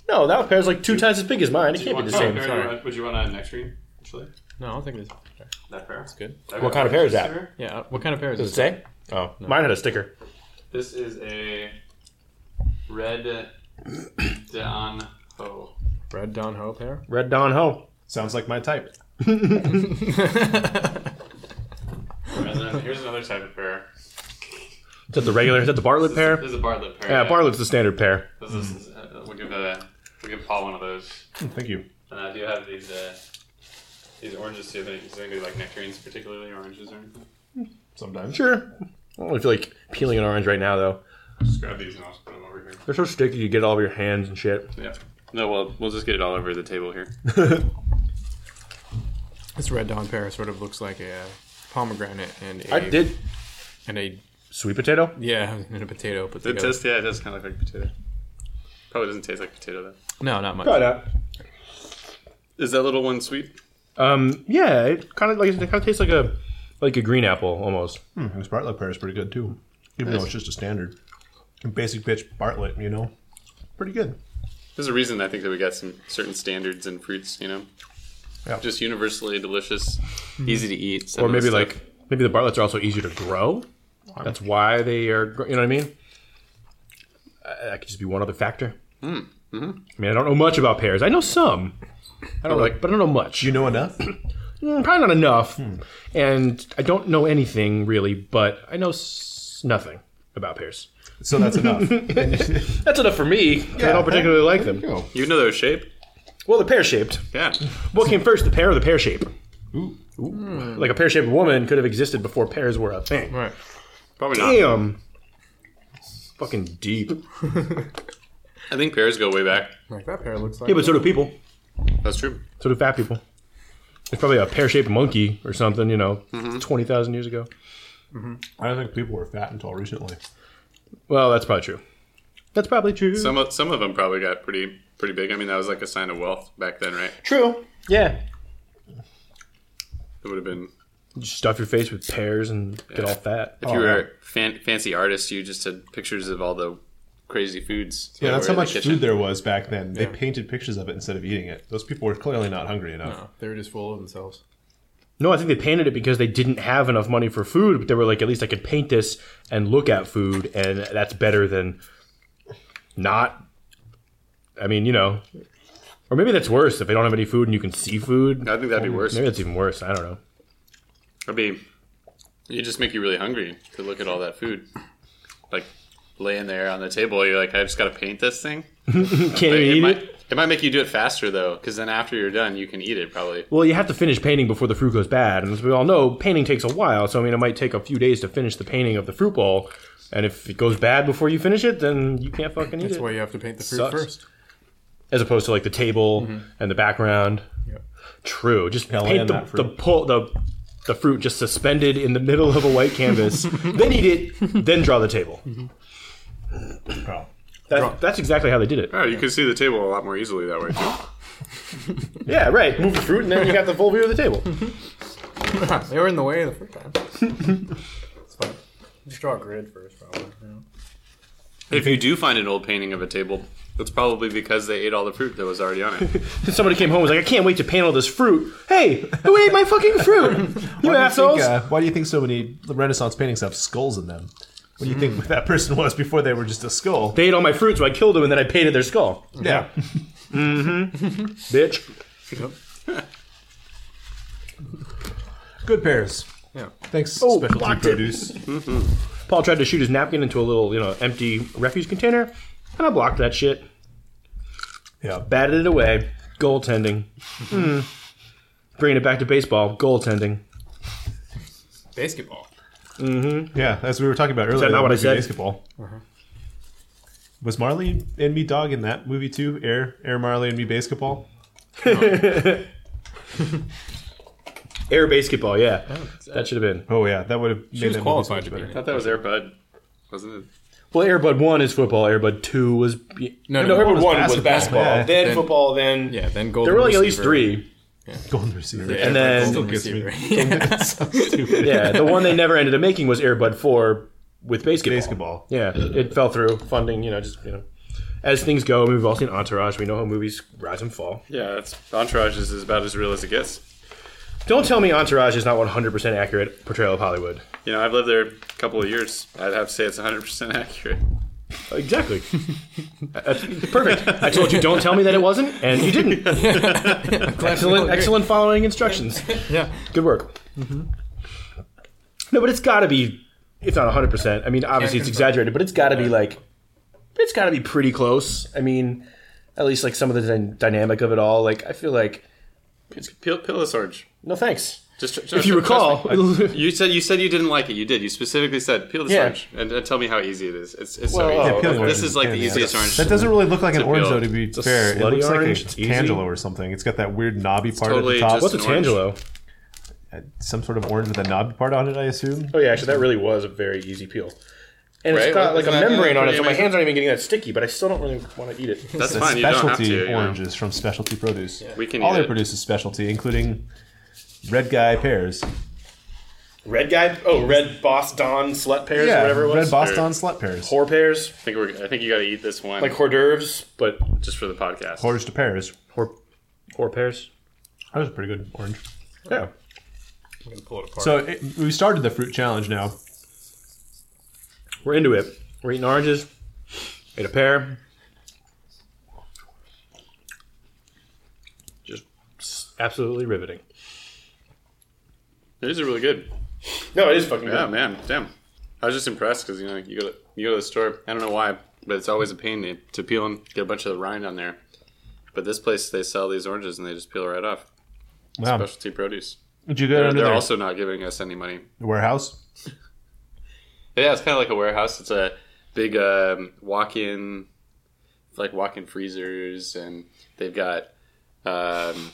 No, that pear's like two times as big as mine. It can't be Want- the oh, same. here, Sorry. you want- Would you want a next read? Actually, No, I don't think it's that pair. That's good. What kind of pear is that? Yeah, uh, what kind of pear is Does it this? say? Oh, mine had a sticker. This is a red Don Ho. Red Don Ho pear. Red Don Ho. Sounds like my type. And then here's another type of pear. Is that the regular? Is that the Bartlett This pear? is a Bartlett pear. Yeah, Bartlett's the standard pear. This is, this is, uh, we'll give uh, we'll give Paul one of those. Thank you. And I do have these uh, these oranges too. Does anybody like nectarines particularly, oranges or anything? Sometimes. Sure. I don't really feel like peeling an orange right now though. Just grab these and I'll just put them over here. They're so sticky, you get it all over your hands and shit. Yeah. No, well, we'll just get it all over the table here. (laughs) This Red Don pear sort of looks like a uh, pomegranate and a I did and a sweet potato. yeah and a potato. But It does, yeah, it does kind of look like potato. Probably doesn't taste like potato though. no, not much. Is that little one sweet? Um, yeah, it kind of like it kind of tastes like a like a green apple almost. This Bartlett pear is pretty good too, even though it's just a standard, basic bitch Bartlett. You know, pretty good. There's a reason I think that we got some certain standards in fruits, you know. Yeah. Just universally delicious, easy to eat, Hmm. Or similar maybe stuff. like maybe the bartlets are also easier to grow. That's why they are. gr- You know what I mean? Uh, that could just be one other factor. Mm, I mean, I don't know much about pears. I know some. I don't like, but I don't know much. You know enough. Mm, probably not enough. And I don't know anything really, but I know s- nothing about pears. So (laughs) that's enough. That's enough for me. 'cause I Yeah. don't particularly like them. go. you know their shape. Well, they're pear shaped. (laughs) Yeah, What came first, the pear or the pear shape? Ooh. Like a pear shaped woman could have existed before pears were a thing. Right. probably not. Damn. Fucking deep. Yeah, I think pears go way back. Like that pear looks like. but so do people. That's true. So do fat people. There's probably a pear shaped monkey or something, you know, Mm-hmm. 20,000 years ago. I don't think people were fat until recently. Well, that's probably true. That's probably true. Some of, some of them probably got pretty pretty big. I mean, that was like a sign of wealth back then, right? true. Yeah. It would have been Just stuff your face with pears and get all fat. Oh, if you were a fan, fancy artist, you just had pictures of all the crazy foods. Yeah, that's that how were in much the food there was back then. They painted pictures of it instead of eating it. Those people were clearly not hungry enough. No, they were just full of themselves. No, I think they painted it because they didn't have enough money for food, but they were like, at least I can paint this and look at food, and that's better than not. I mean, you know. Or maybe that's worse if they don't have any food and you can see food. I think that'd Oh, be worse. Maybe that's even worse. I don't know. I'd be. You just make you really hungry to look at all that food, like laying there on the table. You're like, I just got to paint this thing. Can't But even it eat might it. it might make you do it faster though, because then after you're done, you can eat it probably. Well, you have to finish painting before the fruit goes bad, and as we all know, painting takes a while. So I mean, it might take a few days to finish the painting of the fruit bowl, and if it goes bad before you finish it, then you can't fucking eat That's it. why you have to paint the fruit Sucks. first. As opposed to like the table and the background. Yep. True. Just Yeah, paint land the that the, fruit. pull, the the fruit just suspended in the middle of a white (laughs) canvas, then eat it, then draw the table. Mm-hmm. Oh. That, that's exactly how they did it. Oh, you can see the table a lot more easily that way (laughs) too. Yeah, right. Move the fruit, and then you got the full view of the table. they were in the way the (laughs) first (laughs) time. it's fine. Just draw a grid first, probably. you know. if you do find an old painting of a table, it's probably because they ate all the fruit that was already (laughs) on it. Somebody came home and was like, I can't wait to paint all this fruit. Hey, who ate my fucking (laughs) fruit? You uh, assholes. uh, why do you think so many Renaissance paintings have skulls in them? What do you think Hmm. that person was before they were just a skull? They ate all my fruit, so I killed them and then I painted their skull. Yeah. Bitch. Good pairs. Yeah. Thanks, Oh, specialty blocked it. produce. Paul tried to shoot his napkin into a little, you know, empty refuse container, and I blocked that shit. Yeah. Batted it away. Goaltending. Hmm. Bringing it back to baseball. Goaltending. Basketball. Yeah, as we were talking about earlier. that not what I movie said? Uh-huh. Basketball. Was Marley and Me Dog in that movie too? Air Air Marley and Me Basketball? Air basketball, yeah. that should have been. Oh yeah, that would have made She was that movie qualified so to much be better. in I it. thought that was Air Bud, wasn't it? Well, Airbud 1 is football. Airbud 2 was. No, no, no. Airbud 1 was basketball. basketball. Yeah. Then, Then- football, then. Yeah, then golden. There were like at least receiver. three. Golden receiver. Yeah, And then- golden Still gets me. receiver. (laughs) Stupid. (laughs) Yeah, the one they never ended up making was Airbud 4 with basketball. Basketball. Yeah, it fell through. Funding, you know, just, you know. As things go, I mean, we've all seen Entourage. We know how movies rise and fall. Yeah, that's Entourage is about as real as it gets. Don't tell me Entourage is not 100% accurate portrayal of Hollywood. You know, I've lived there a couple of years. I'd have to say it's 100% accurate. Exactly. That's perfect. I told you don't tell me that it wasn't, and you didn't. excellent, excellent following instructions. Yeah. Good work. No, but it's got to be, if not 100%. I mean, obviously it's confirm. exaggerated, but it's got to be like, it's got to be pretty close. I mean, at least like some of the dy- dynamic of it all. Like, I feel like, It's peel, peel this orange. no thanks. Just, just If you recall, you said you said you didn't like it. You did. You specifically said peel this Yeah. orange and, and tell me how easy it is. It's, it's Well, so easy. yeah, peeling this orange is is like a the pain in the easiest orange. That doesn't really look like an It's a orange, peel. though. To be a fair, it slutty looks orange. like It's a easy. tangelo or something. It's got that weird knobby part totally at the top. What's just- a (laughs) Tangelo? Uh, Some sort of orange with a knobby part on it, I assume. Oh yeah, actually, that really was a very easy peel. And Right? it's got like a Isn't that- membrane on it, so my amazing? hands aren't even getting that sticky. But I still don't really want to eat it. That's The fine. You don't have to. specialty you know. oranges from Specialty Produce. We can All eat their it. produce is specialty, including Red Guy pears. Red guy, oh, red boss don slut pears or whatever it was. Red Boston slut pears. Whore pears, I think we're. I think you got to eat this one like hors d'oeuvres, but just for the podcast. Orange to pears. whore, whore pears. That was a pretty good orange. Yeah, I'm gonna pull it apart. So it, we started the fruit challenge now. we're into it. We're eating oranges. Ate a pear. Just absolutely riveting. These are really good. No, it is fucking Yeah, good. man. Damn. I was just impressed because you know you go to you go to the store. I don't know why, but it's always a pain to, to peel them. Get a bunch of the rind on there. But this place, they sell these oranges and they just peel right off. Wow. Specialty produce. Did you go They're, under they're their also not giving us any money. warehouse? Yeah, it's kind of like a warehouse. It's a big um, walk-in, like walk-in freezers, and they've got um,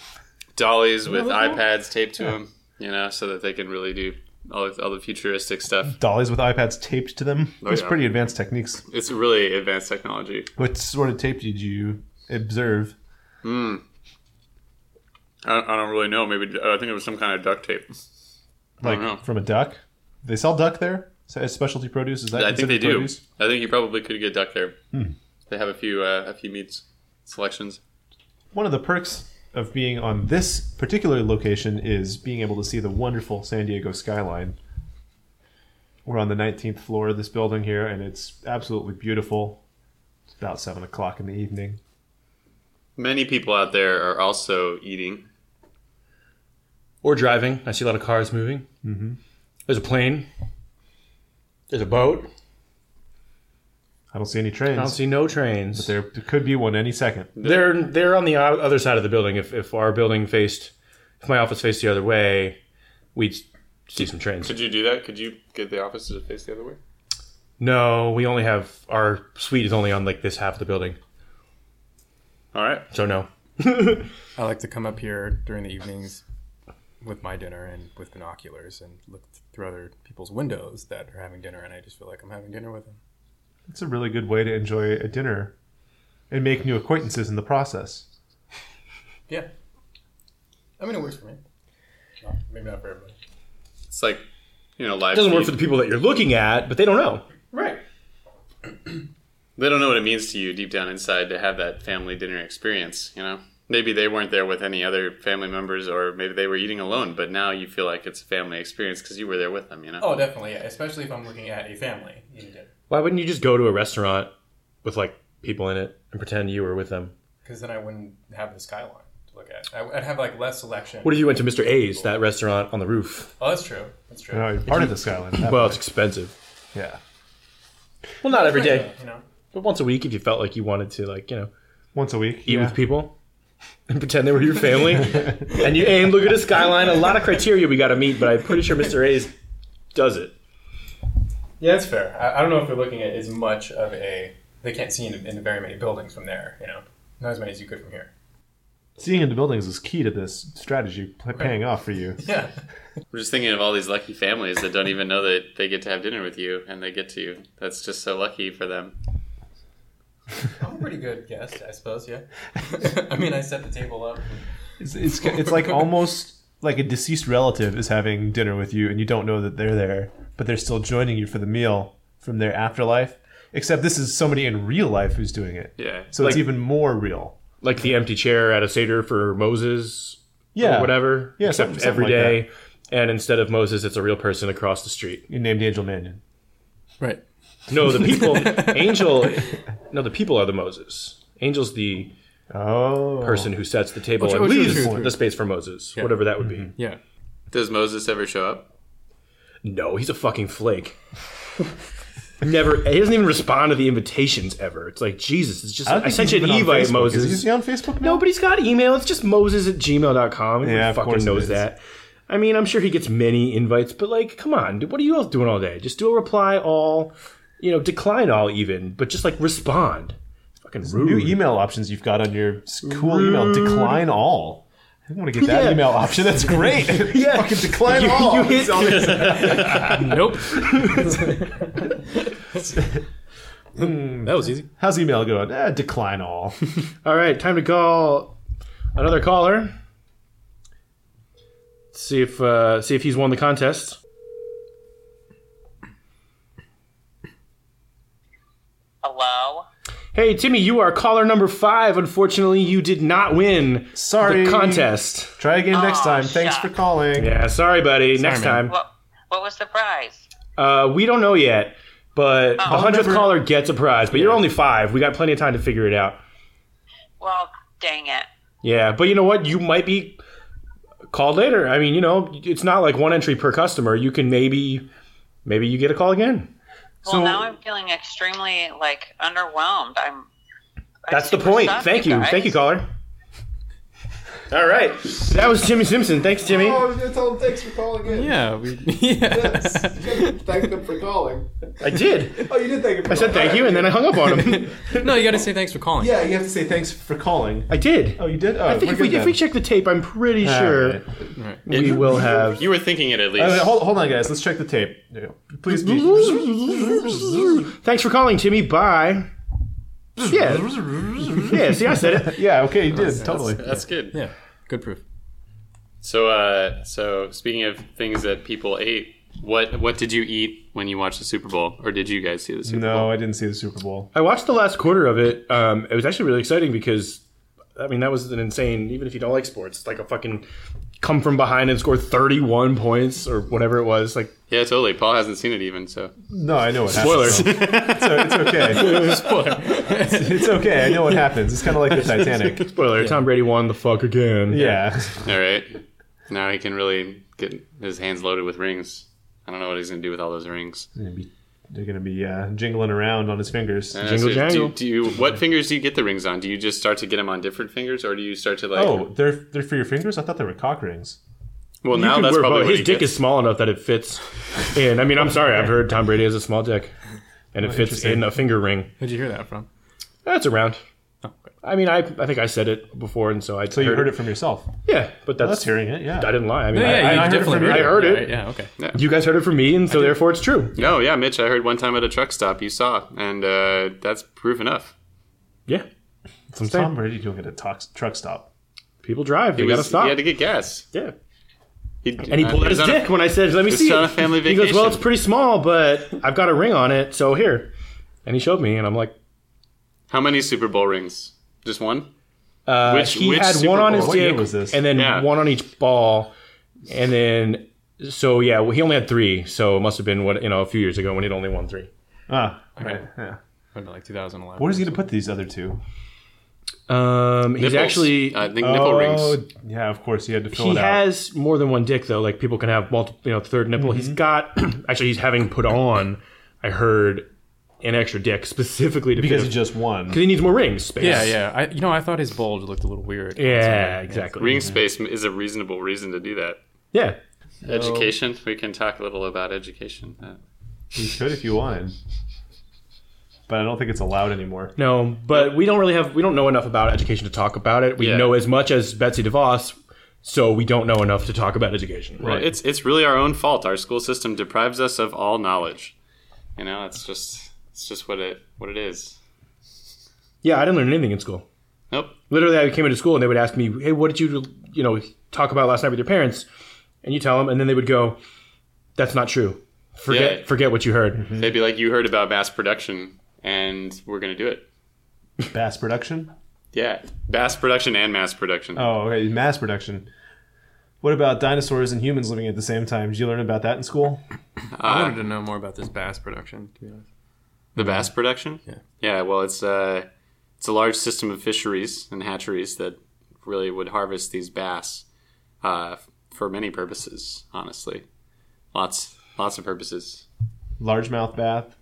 dollies with iPads taped to them. You know, so that they can really do all the, all the futuristic stuff. Dollies with iPads taped to them. It's Oh, yeah. pretty advanced techniques. It's really advanced technology. What sort of tape did you observe? I don't, I don't really know. Maybe I think it was some kind of duct tape. Like know. from a duck? They sell duck there? So as specialty produce? Is that I think they considered Hmm. do. produce? I think you probably could get duck there. They have a few uh, a few meats selections. One of the perks of being on this particular location is being able to see the wonderful San Diego skyline. We're on the 19th floor of this building here, and it's absolutely beautiful. It's about 7 o'clock in the evening. Many people out there are also eating. Or driving. I see a lot of cars moving. Mm-hmm. There's a plane. There's a boat. I don't see any trains. I don't see no trains. There could be one any second. They're they're on the o- other side of the building. If if our building faced, if my office faced the other way, we'd see some trains. Could you do that? Could you get the office to face the other way? No, we only have our suite is only on like this half of the building, All right. so no. I like to come up here during the evenings with my dinner and with binoculars and look through other people's windows that are having dinner, and I just feel like I'm having dinner with them. It's a really good way to enjoy a dinner and make new acquaintances in the process. Yeah. I mean, it works for me. Well, maybe not for everybody. It's like you know live. It doesn't work for feed. the people that you're looking at, but they don't know. Right. they don't know what it means to you deep down inside to have that family dinner experience. You know, maybe they weren't there with any other family members, or maybe they were eating alone. But now you feel like it's a family experience because you were there with them. You know. Oh, definitely. Yeah. Especially if I'm looking at a family. You did. Why wouldn't you just go to a restaurant with like people in it and pretend you were with them? Because then I wouldn't have the skyline to look at. I, I'd have like less selection. What if you went to Mr. A's, that restaurant on the roof? Oh, that's true. That's true. You know, you're part of the skyline. at that Well, it's point. expensive. yeah. Well, not every day, You know. but once a week if you felt like you wanted to, like you know, Once a week. eat yeah. with people and pretend they were (laughs) your family and you and look at a skyline a lot of criteria we got to meet but i'm pretty sure mr a's does it Yeah, that's fair. I, I don't know if they're looking at as much of a. They can't see into, into very many buildings from there. You know, not as many as you could from here. Seeing into buildings is key to this strategy pl- paying off for you. Yeah. I'm just thinking of all these lucky families that don't even know that they get to have dinner with you, and they get to you. That's just so lucky for them. I'm a pretty good guest, I suppose. Yeah. (laughs) I mean, I set the table up. It's, it's, it's like almost like a deceased relative is having dinner with you and you don't know that they're there, but they're still joining you for the meal from their afterlife. Except this is somebody in real life who's doing it. Yeah. So it's Like- even more real. like the empty chair at a seder for moses Yeah. or whatever Yeah, except something- something every like day and instead of moses it's a real person across the street You named Angel Mannion. Right. no the (laughs) people angel no the people are the moses angel's the Oh. person who sets the table true, and true, leaves true, true. the space for moses whatever that would Mm-hmm. be Yeah. Does Moses ever show up? No, he's a fucking flake. Never. He doesn't even respond to the invitations ever. It's like Jesus. It's just I, I, don't think sent he's you an even on Evite, Facebook. Moses. Is he on Facebook now? no, but he's got email. It's just Moses at gmail.com. Everyone Yeah, of course fucking it knows is. that. I mean, I'm sure he gets many invites, but like, come on, dude, what are you all doing all day? Just do a reply all, you know, decline all even, but just like respond. Fucking rude. new email options you've got on your s- cool email. Decline all. I want to get that Yeah. email option. That's great. Yeah. fucking decline You- all. you hit- (laughs) (laughs) Nope. that was easy. How's email going? Eh, decline all. All right, time to call another caller. See if uh, see if he's won the contest. Hello? Hey, Timmy, you are caller number five. Unfortunately, you did not win Sorry. the contest. Try again next Aw, time. Thanks for shucks. calling. Yeah, sorry, buddy. Next man. time, What what was the prize? uh, we don't know yet, but the hundredth Number- caller gets a prize. But you're only five. We got plenty of time to figure it out. Well, dang it. Yeah, but you know what? You might be called later. I mean, you know, it's not like one entry per customer. You can maybe maybe you get a call again. Well, now I'm feeling extremely like underwhelmed. I'm. I'm That's the super point. stuck, Thank you. guys. Thank you, caller. All right. That was Jimmy Simpson. Thanks, Jimmy. Oh, I was going to tell him thanks for calling in. Yeah, we. (laughs) Yeah. Thank them for calling. I did. Oh, you did thank him. For I said thank you, and then I hung up (laughs) on him. no, you got to say thanks for calling. Yeah, you have to say thanks for calling. I did. Oh, you did. Oh, I think if we, if we check the tape, I'm pretty sure we will have. You were thinking it at least. hold, hold on, guys. Let's check the tape. There you go. Please be. Thanks for calling, Timmy. Bye. Yeah. Yeah, see, I (laughs) said it. Yeah. Okay. You did. Totally. That's good. Yeah, good proof. So, uh, so speaking of things that people ate, what what did you eat when you watched the Super Bowl, or did you guys see the Super Bowl? No, I didn't see the Super Bowl. I watched the last quarter of it. Um, it was actually really exciting because, I mean, that was an insane, even if you don't like sports, it's like a fucking come from behind and score 31 points or whatever it was. Like, Yeah, totally. Paul hasn't seen it even, so No, I know what spoilers. happens. So it's (laughs) okay. It's okay. I know what happens. It's kind of like (laughs) the Titanic. Spoiler. Tom Brady won the fuck again. Yeah. all right. Now he can really get his hands loaded with rings. I don't know what he's gonna do with all those rings. They're gonna be, they're gonna be uh, jingling around on his fingers. Uh, Jingle do, jangle. you- do you what fingers do you get the rings on? Do you just start to get them on different fingers, or do you start to like? Oh, they're they're for your fingers. I thought they were cock rings. well, You now could that's wear probably both. what his he dick gets. is small enough that it fits in. I mean, I'm sorry, I've heard Tom Brady has a small dick, and it fits interesting. in a finger ring. Who'd you hear that from? That's around. I mean, I, I think I said it before, and so I So you heard it from yourself. Yeah, but that's, That's hearing it. Yeah. I didn't lie. I mean, Yeah, I, yeah, I you heard it definitely from you. heard it. I heard it. Right, Yeah, okay. You guys heard it from me, and so therefore it's true. No, Oh, yeah, Mitch. I heard one time at a truck stop you saw, and uh, that's proof enough. Yeah, that's what Tom I'm saying. Brady doing it at a tox- truck stop. People drive. They He gotta was- stop. He had to get gas. yeah. He, uh, And he pulled out his dick when I said, "Let me was see on it." a family he goes, "Well, vacation. it's pretty small, but I've got a ring on it, so here." And he showed me, and I'm like, How many Super Bowl rings? Just one. Uh, Which- he which had Super one on Bowl? his What year dick, was this? and then Yeah. one on each ball, and then so yeah, well, he only had three, so it must have been what you know a few years ago when he'd only won three. Ah, right. Yeah. Went to, Like 2011. Where's he gonna put these other two? Um, he's Nipples. actually I think nipple Oh, rings. yeah. Of course, he had to fill he it out. has more than one dick though. Like people can have multiple, you know, third nipple. He's Mm-hmm. got (clears throat) actually he's having put on. I heard an extra dick specifically to because fit he him. just won. 'Cause he needs more rings. Space. Yeah, yeah. I, you know, I thought his bulge looked a little weird. yeah, exactly. Ring space is a reasonable reason to do that. Yeah, Education. We can talk a little about education. Uh, You could if you wanted, but I don't think it's allowed anymore. No, but we don't really have we don't know enough about education to talk about it. We Yeah. know as much as Betsy DeVos, so we don't know enough to talk about education. Well, it's it's really our own fault. Our school system deprives us of all knowledge. You know, it's just it's just what it what it is. Yeah, I didn't learn anything in school. Nope. Literally, I came into school and they would ask me, "Hey, what did you you know talk about last night with your parents?" And you tell them, and then they would go, "That's not true. Forget Yeah. forget what you heard." They'd be like, you heard about mass production, and we're gonna do it. Bass production. Yeah, mass production and mass production. Oh, okay. Mass production. What about dinosaurs and humans living at the same time? Did you learn about that in school? I wanted to know more about this bass production, to be honest. The bass production? Yeah. Yeah, well, it's uh, it's a large system of fisheries and hatcheries that really would harvest these bass uh, for many purposes, honestly. Lots lots of purposes. Largemouth bath.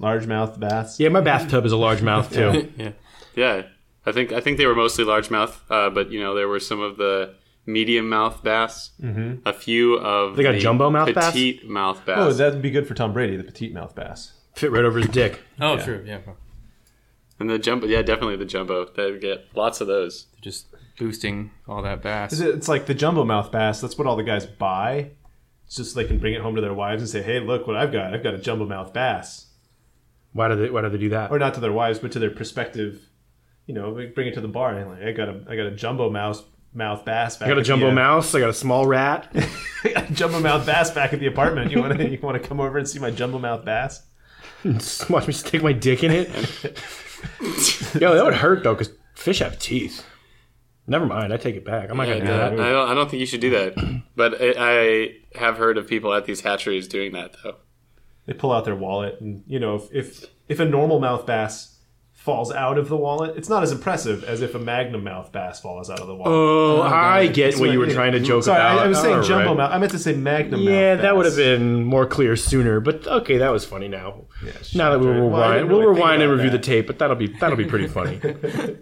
Largemouth bass. Yeah, my bathtub is a largemouth too. Yeah. Yeah. I think I think they were mostly largemouth, uh, but you know, there were some of the medium mouth bass, mm-hmm. a few of They got the jumbo mouth bass? petite mouth bass. Oh, that'd be good for Tom Brady, the petite mouth bass. (laughs) Fit right over his dick. Oh, true. Yeah. They're and the jumbo, yeah, definitely the jumbo. They get lots of those. (laughs) just boosting all that bass. Is it- It's like the jumbo mouth bass. That's what all the guys buy. It's just they can bring it home to their wives and say, "Hey, look what I've got! I've got a jumbo mouth bass." Why do they Why do they do that? Or not to their wives, but to their prospective. You know, they bring it to the bar and like, "I got a, I got a jumbo mouse mouth bass." Back I got a at the, jumbo uh, mouse. I got a small rat. (laughs) jumbo mouth bass back at the apartment. You want to (laughs) you want to come over and see my jumbo mouth bass? Watch me stick my dick (laughs) in it. Yo, that would hurt though, because fish have teeth. Never mind, I take it back. I'm not gonna do I, that. don't, I don't think you should do that, but I, I have heard of people at these hatcheries doing that though. They pull out their wallet and you know if if, if a normal mouth bass falls out of the wallet, it's not as impressive as if a magnum mouth bass falls out of the wallet. Oh, I get That's what you I were mean. trying to joke Sorry, about. I, I was saying All jumbo right. mouth. I meant to say magnum mouth. Yeah, that bass. would have been more clear sooner, but okay, that was funny now. sure. now that we'll rewind, Well, I didn't we'll really think rewind and about review that. the tape, but that'll be that'll be (laughs) pretty funny.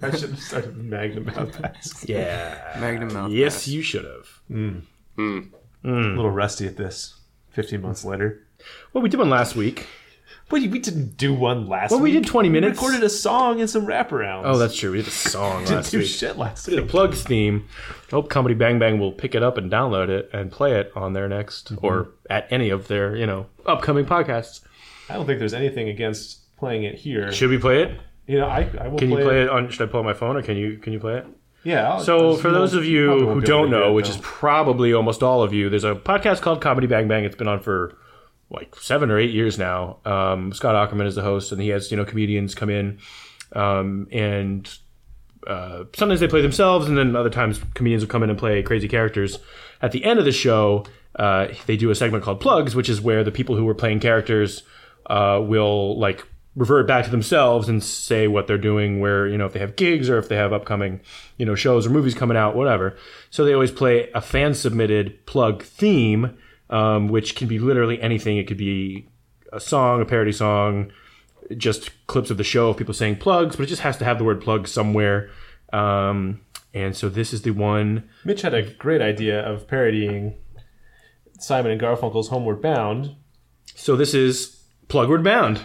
I should have started with magnum mouth bass. yeah. Magnum mouth. Yes, you should have. A little rusty at this. Fifteen months later. Well, we did one last week. But we didn't do one last. Well, we did 20 We minutes. recorded a song and some wraparounds. Oh, that's true. We did a song didn't last do week. shit last We did a week. plugs theme. I hope Comedy Bang Bang will pick it up and download it and play it on their next or at any of their you know upcoming podcasts. I don't think there's anything against playing it here. Should we play it? You know, I, I will Can play, you play it on? Should I pull out my phone or can you can you play it? Yeah. I'll- So, I'll- for those of you probably who won't be don't able to know, do it, which though. is probably almost all of you, there's a podcast called Comedy Bang Bang. It's been on for like seven or eight years now. Um, Scott Ackerman is the host, and he has you know comedians come in, um, and uh, sometimes they play themselves, and then other times comedians will come in and play crazy characters. At the end of the show, uh, they do a segment called Plugs, which is where the people who were playing characters uh, will like revert back to themselves and say what they're doing, where you know if they have gigs or if they have upcoming you know shows or movies coming out, whatever. So they always play a fan submitted plug theme, um, which can be literally anything. It could be a song, a parody song, just clips of the show of people saying plugs, but it just has to have the word plug somewhere. Um, and so this is the one. Mitch had a great idea of parodying Simon and Garfunkel's Homeward Bound. So this is Plugward Bound.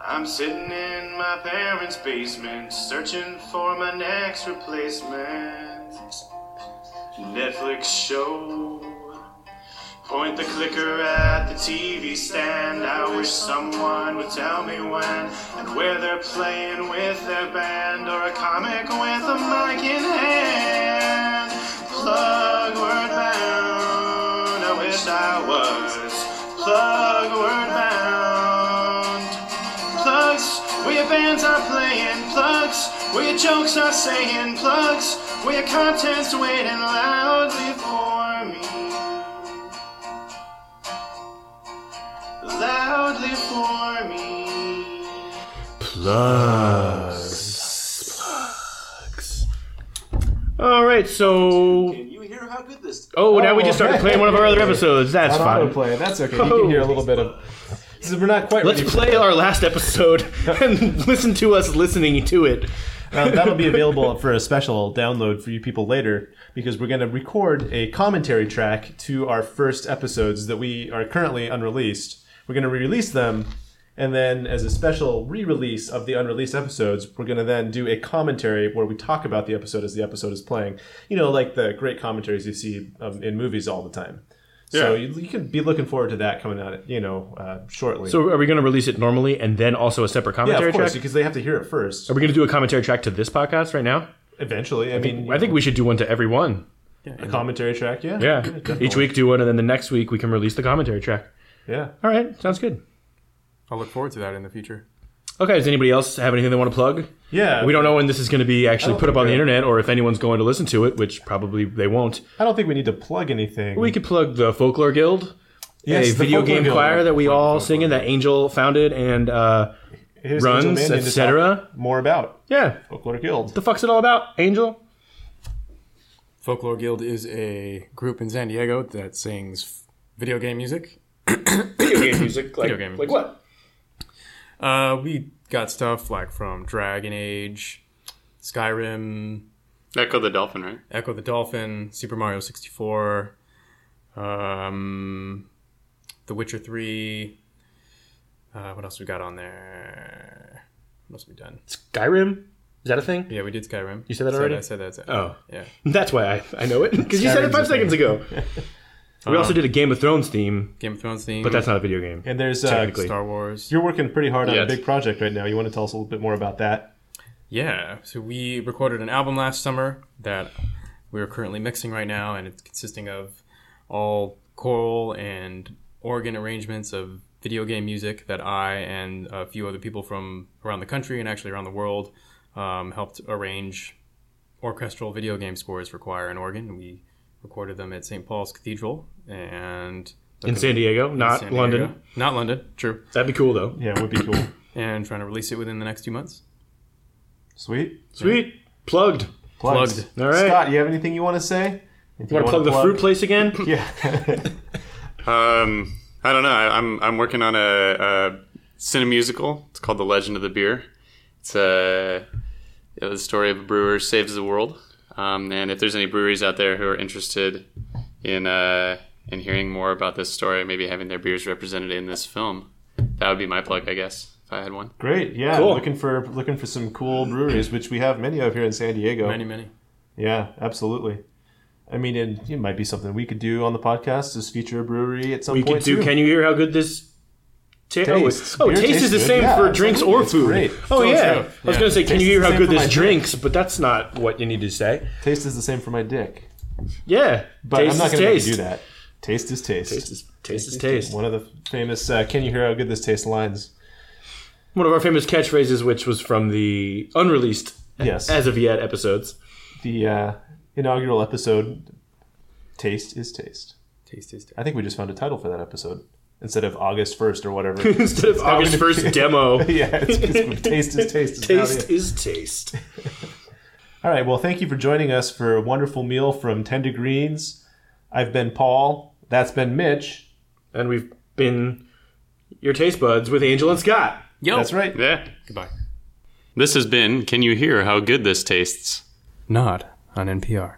I'm sitting in my parents' basement, searching for my next replacement. Netflix show. Point the clicker at the TV stand. I wish someone would tell me when and where they're playing with their band or a comic with a mic in hand. Plugward bound. I wish I was plugward bound. Plugs, where your bands are playing. Plugs, where your jokes are saying. Plugs, where your content's waiting loudly for me. Loudly for me. All right, so Can you hear how good this? oh, now we Oh, just started hey. playing one of our other episodes. That's On fine. autoplay. That's okay. You can hear a little bit of. So we're not quite Let's ready. play our (laughs) last episode and listen to us listening to it. Um, that'll be available for a special download for you people later because we're going to record a commentary track to our first episodes that we are currently unreleased. We're going to release them, and then as a special re release of the unreleased episodes, we're going to then do a commentary where we talk about the episode as the episode is playing. You know, like the great commentaries you see um, in movies all the time. So you, you can be looking forward to that coming out, you know, uh, shortly. So, are we going to release it normally and then also a separate yeah, commentary of course, track? because they have to hear it first. Are we going to do a commentary track to this podcast right now? Eventually, I mean, I think we should do one to every one. a commentary track, yeah, Yeah. definitely. Each week do one, and then the next week we can release the commentary track. yeah. All right, sounds good. I'll look forward to that in the future. Okay, does anybody else have anything they want to plug? Yeah, We don't know when this is going to be Oh, actually don't put up think on the we- internet or if anyone's going to listen to it, which probably they won't. I don't think we need to plug anything. We could plug the Folklore Guild, yes, a video game choir that we all sing in that Angel founded and uh, runs, etc. More about Yeah. Folklore Guild. The fuck's it all about, Angel? Folklore Guild is a group in San Diego that sings video game music. Video game music. Like, Video game like music. what? Uh, we got stuff like from Dragon Age, Skyrim, Echo the Dolphin, right? Echo the Dolphin, Super Mario 64, um, The Witcher 3. Uh, what else we got on there? What else we done? Skyrim? Is that a thing? Yeah, we did Skyrim. You said that already? I said that. Oh. (laughs) yeah. That's why I, I know it. Because you said it Skyrim's five a seconds ago. we also did a Game of Thrones theme, Uh, Game of Thrones theme. but that's not a video game. And there's uh, Technically. Star Wars. you're working pretty hard on Yes. a big project right now. You want to tell us a little bit more about that? Yeah, so we recorded an album last summer that we're currently mixing right now, and it's consisting of all choral and organ arrangements of video game music that I and a few other people from around the country and actually around the world um, helped arrange orchestral video game scores for choir and organ. We recorded them at St. Paul's Cathedral, and in San Diego, not San Diego. London. Not London. True. That'd be cool though. Yeah, it would be cool. And trying to release it within the next two months. Sweet. Sweet, plugged. Plugs. Plugged. All right. Scott, you have anything you want to say? If You want to plug wanna the fruit place again? Yeah. (laughs) Um, I don't know. I, I'm I'm working on a, a cinema musical. It's called The Legend of the Beer. It's a the story of a brewer saves the world. Um, and if there's any breweries out there who are interested in uh, in hearing more about this story, maybe having their beers represented in this film, that would be my plug, I guess, if I had one. Great. Yeah. Cool. Looking for looking for some cool breweries, which we have many of here in San Diego. Many, many. Yeah, absolutely. I mean, and it might be something we could do on the podcast. Is feature a brewery at some We could point? do. too. Can you hear how good this? Ta- oh, Tastes. oh, Beer taste tastes is the good. same Yeah, for drinks absolutely. or It's food. great. Oh Still yeah. true. I was Yeah. gonna say, can Tastes you hear the how same good for my this drink. drinks? But that's not what you need to say. Taste is the same for my dick, Yeah, but I'm not is going to taste. do that. Taste is taste. Taste is taste. Is taste. One of the famous uh, "Can you hear how good this tastes?" lines. One of our famous catchphrases, which was from the unreleased Yes, as of yet episodes. (laughs) the uh, inaugural episode. Taste is taste. Taste, taste, taste. I think we just found a title for that episode instead of August first or (laughs) whatever. Instead of August gonna- first (laughs) demo, yeah, it's, it's, taste is taste. is now the- taste is taste. All right. Well, thank you for joining us for a wonderful meal from 10 to Greens. I've been Paul. That's been Mitch. And we've been your taste buds with Angel and Scott. Yo. That's right. Yeah. Goodbye. This has been Can You Hear How Good This Tastes? Not on NPR.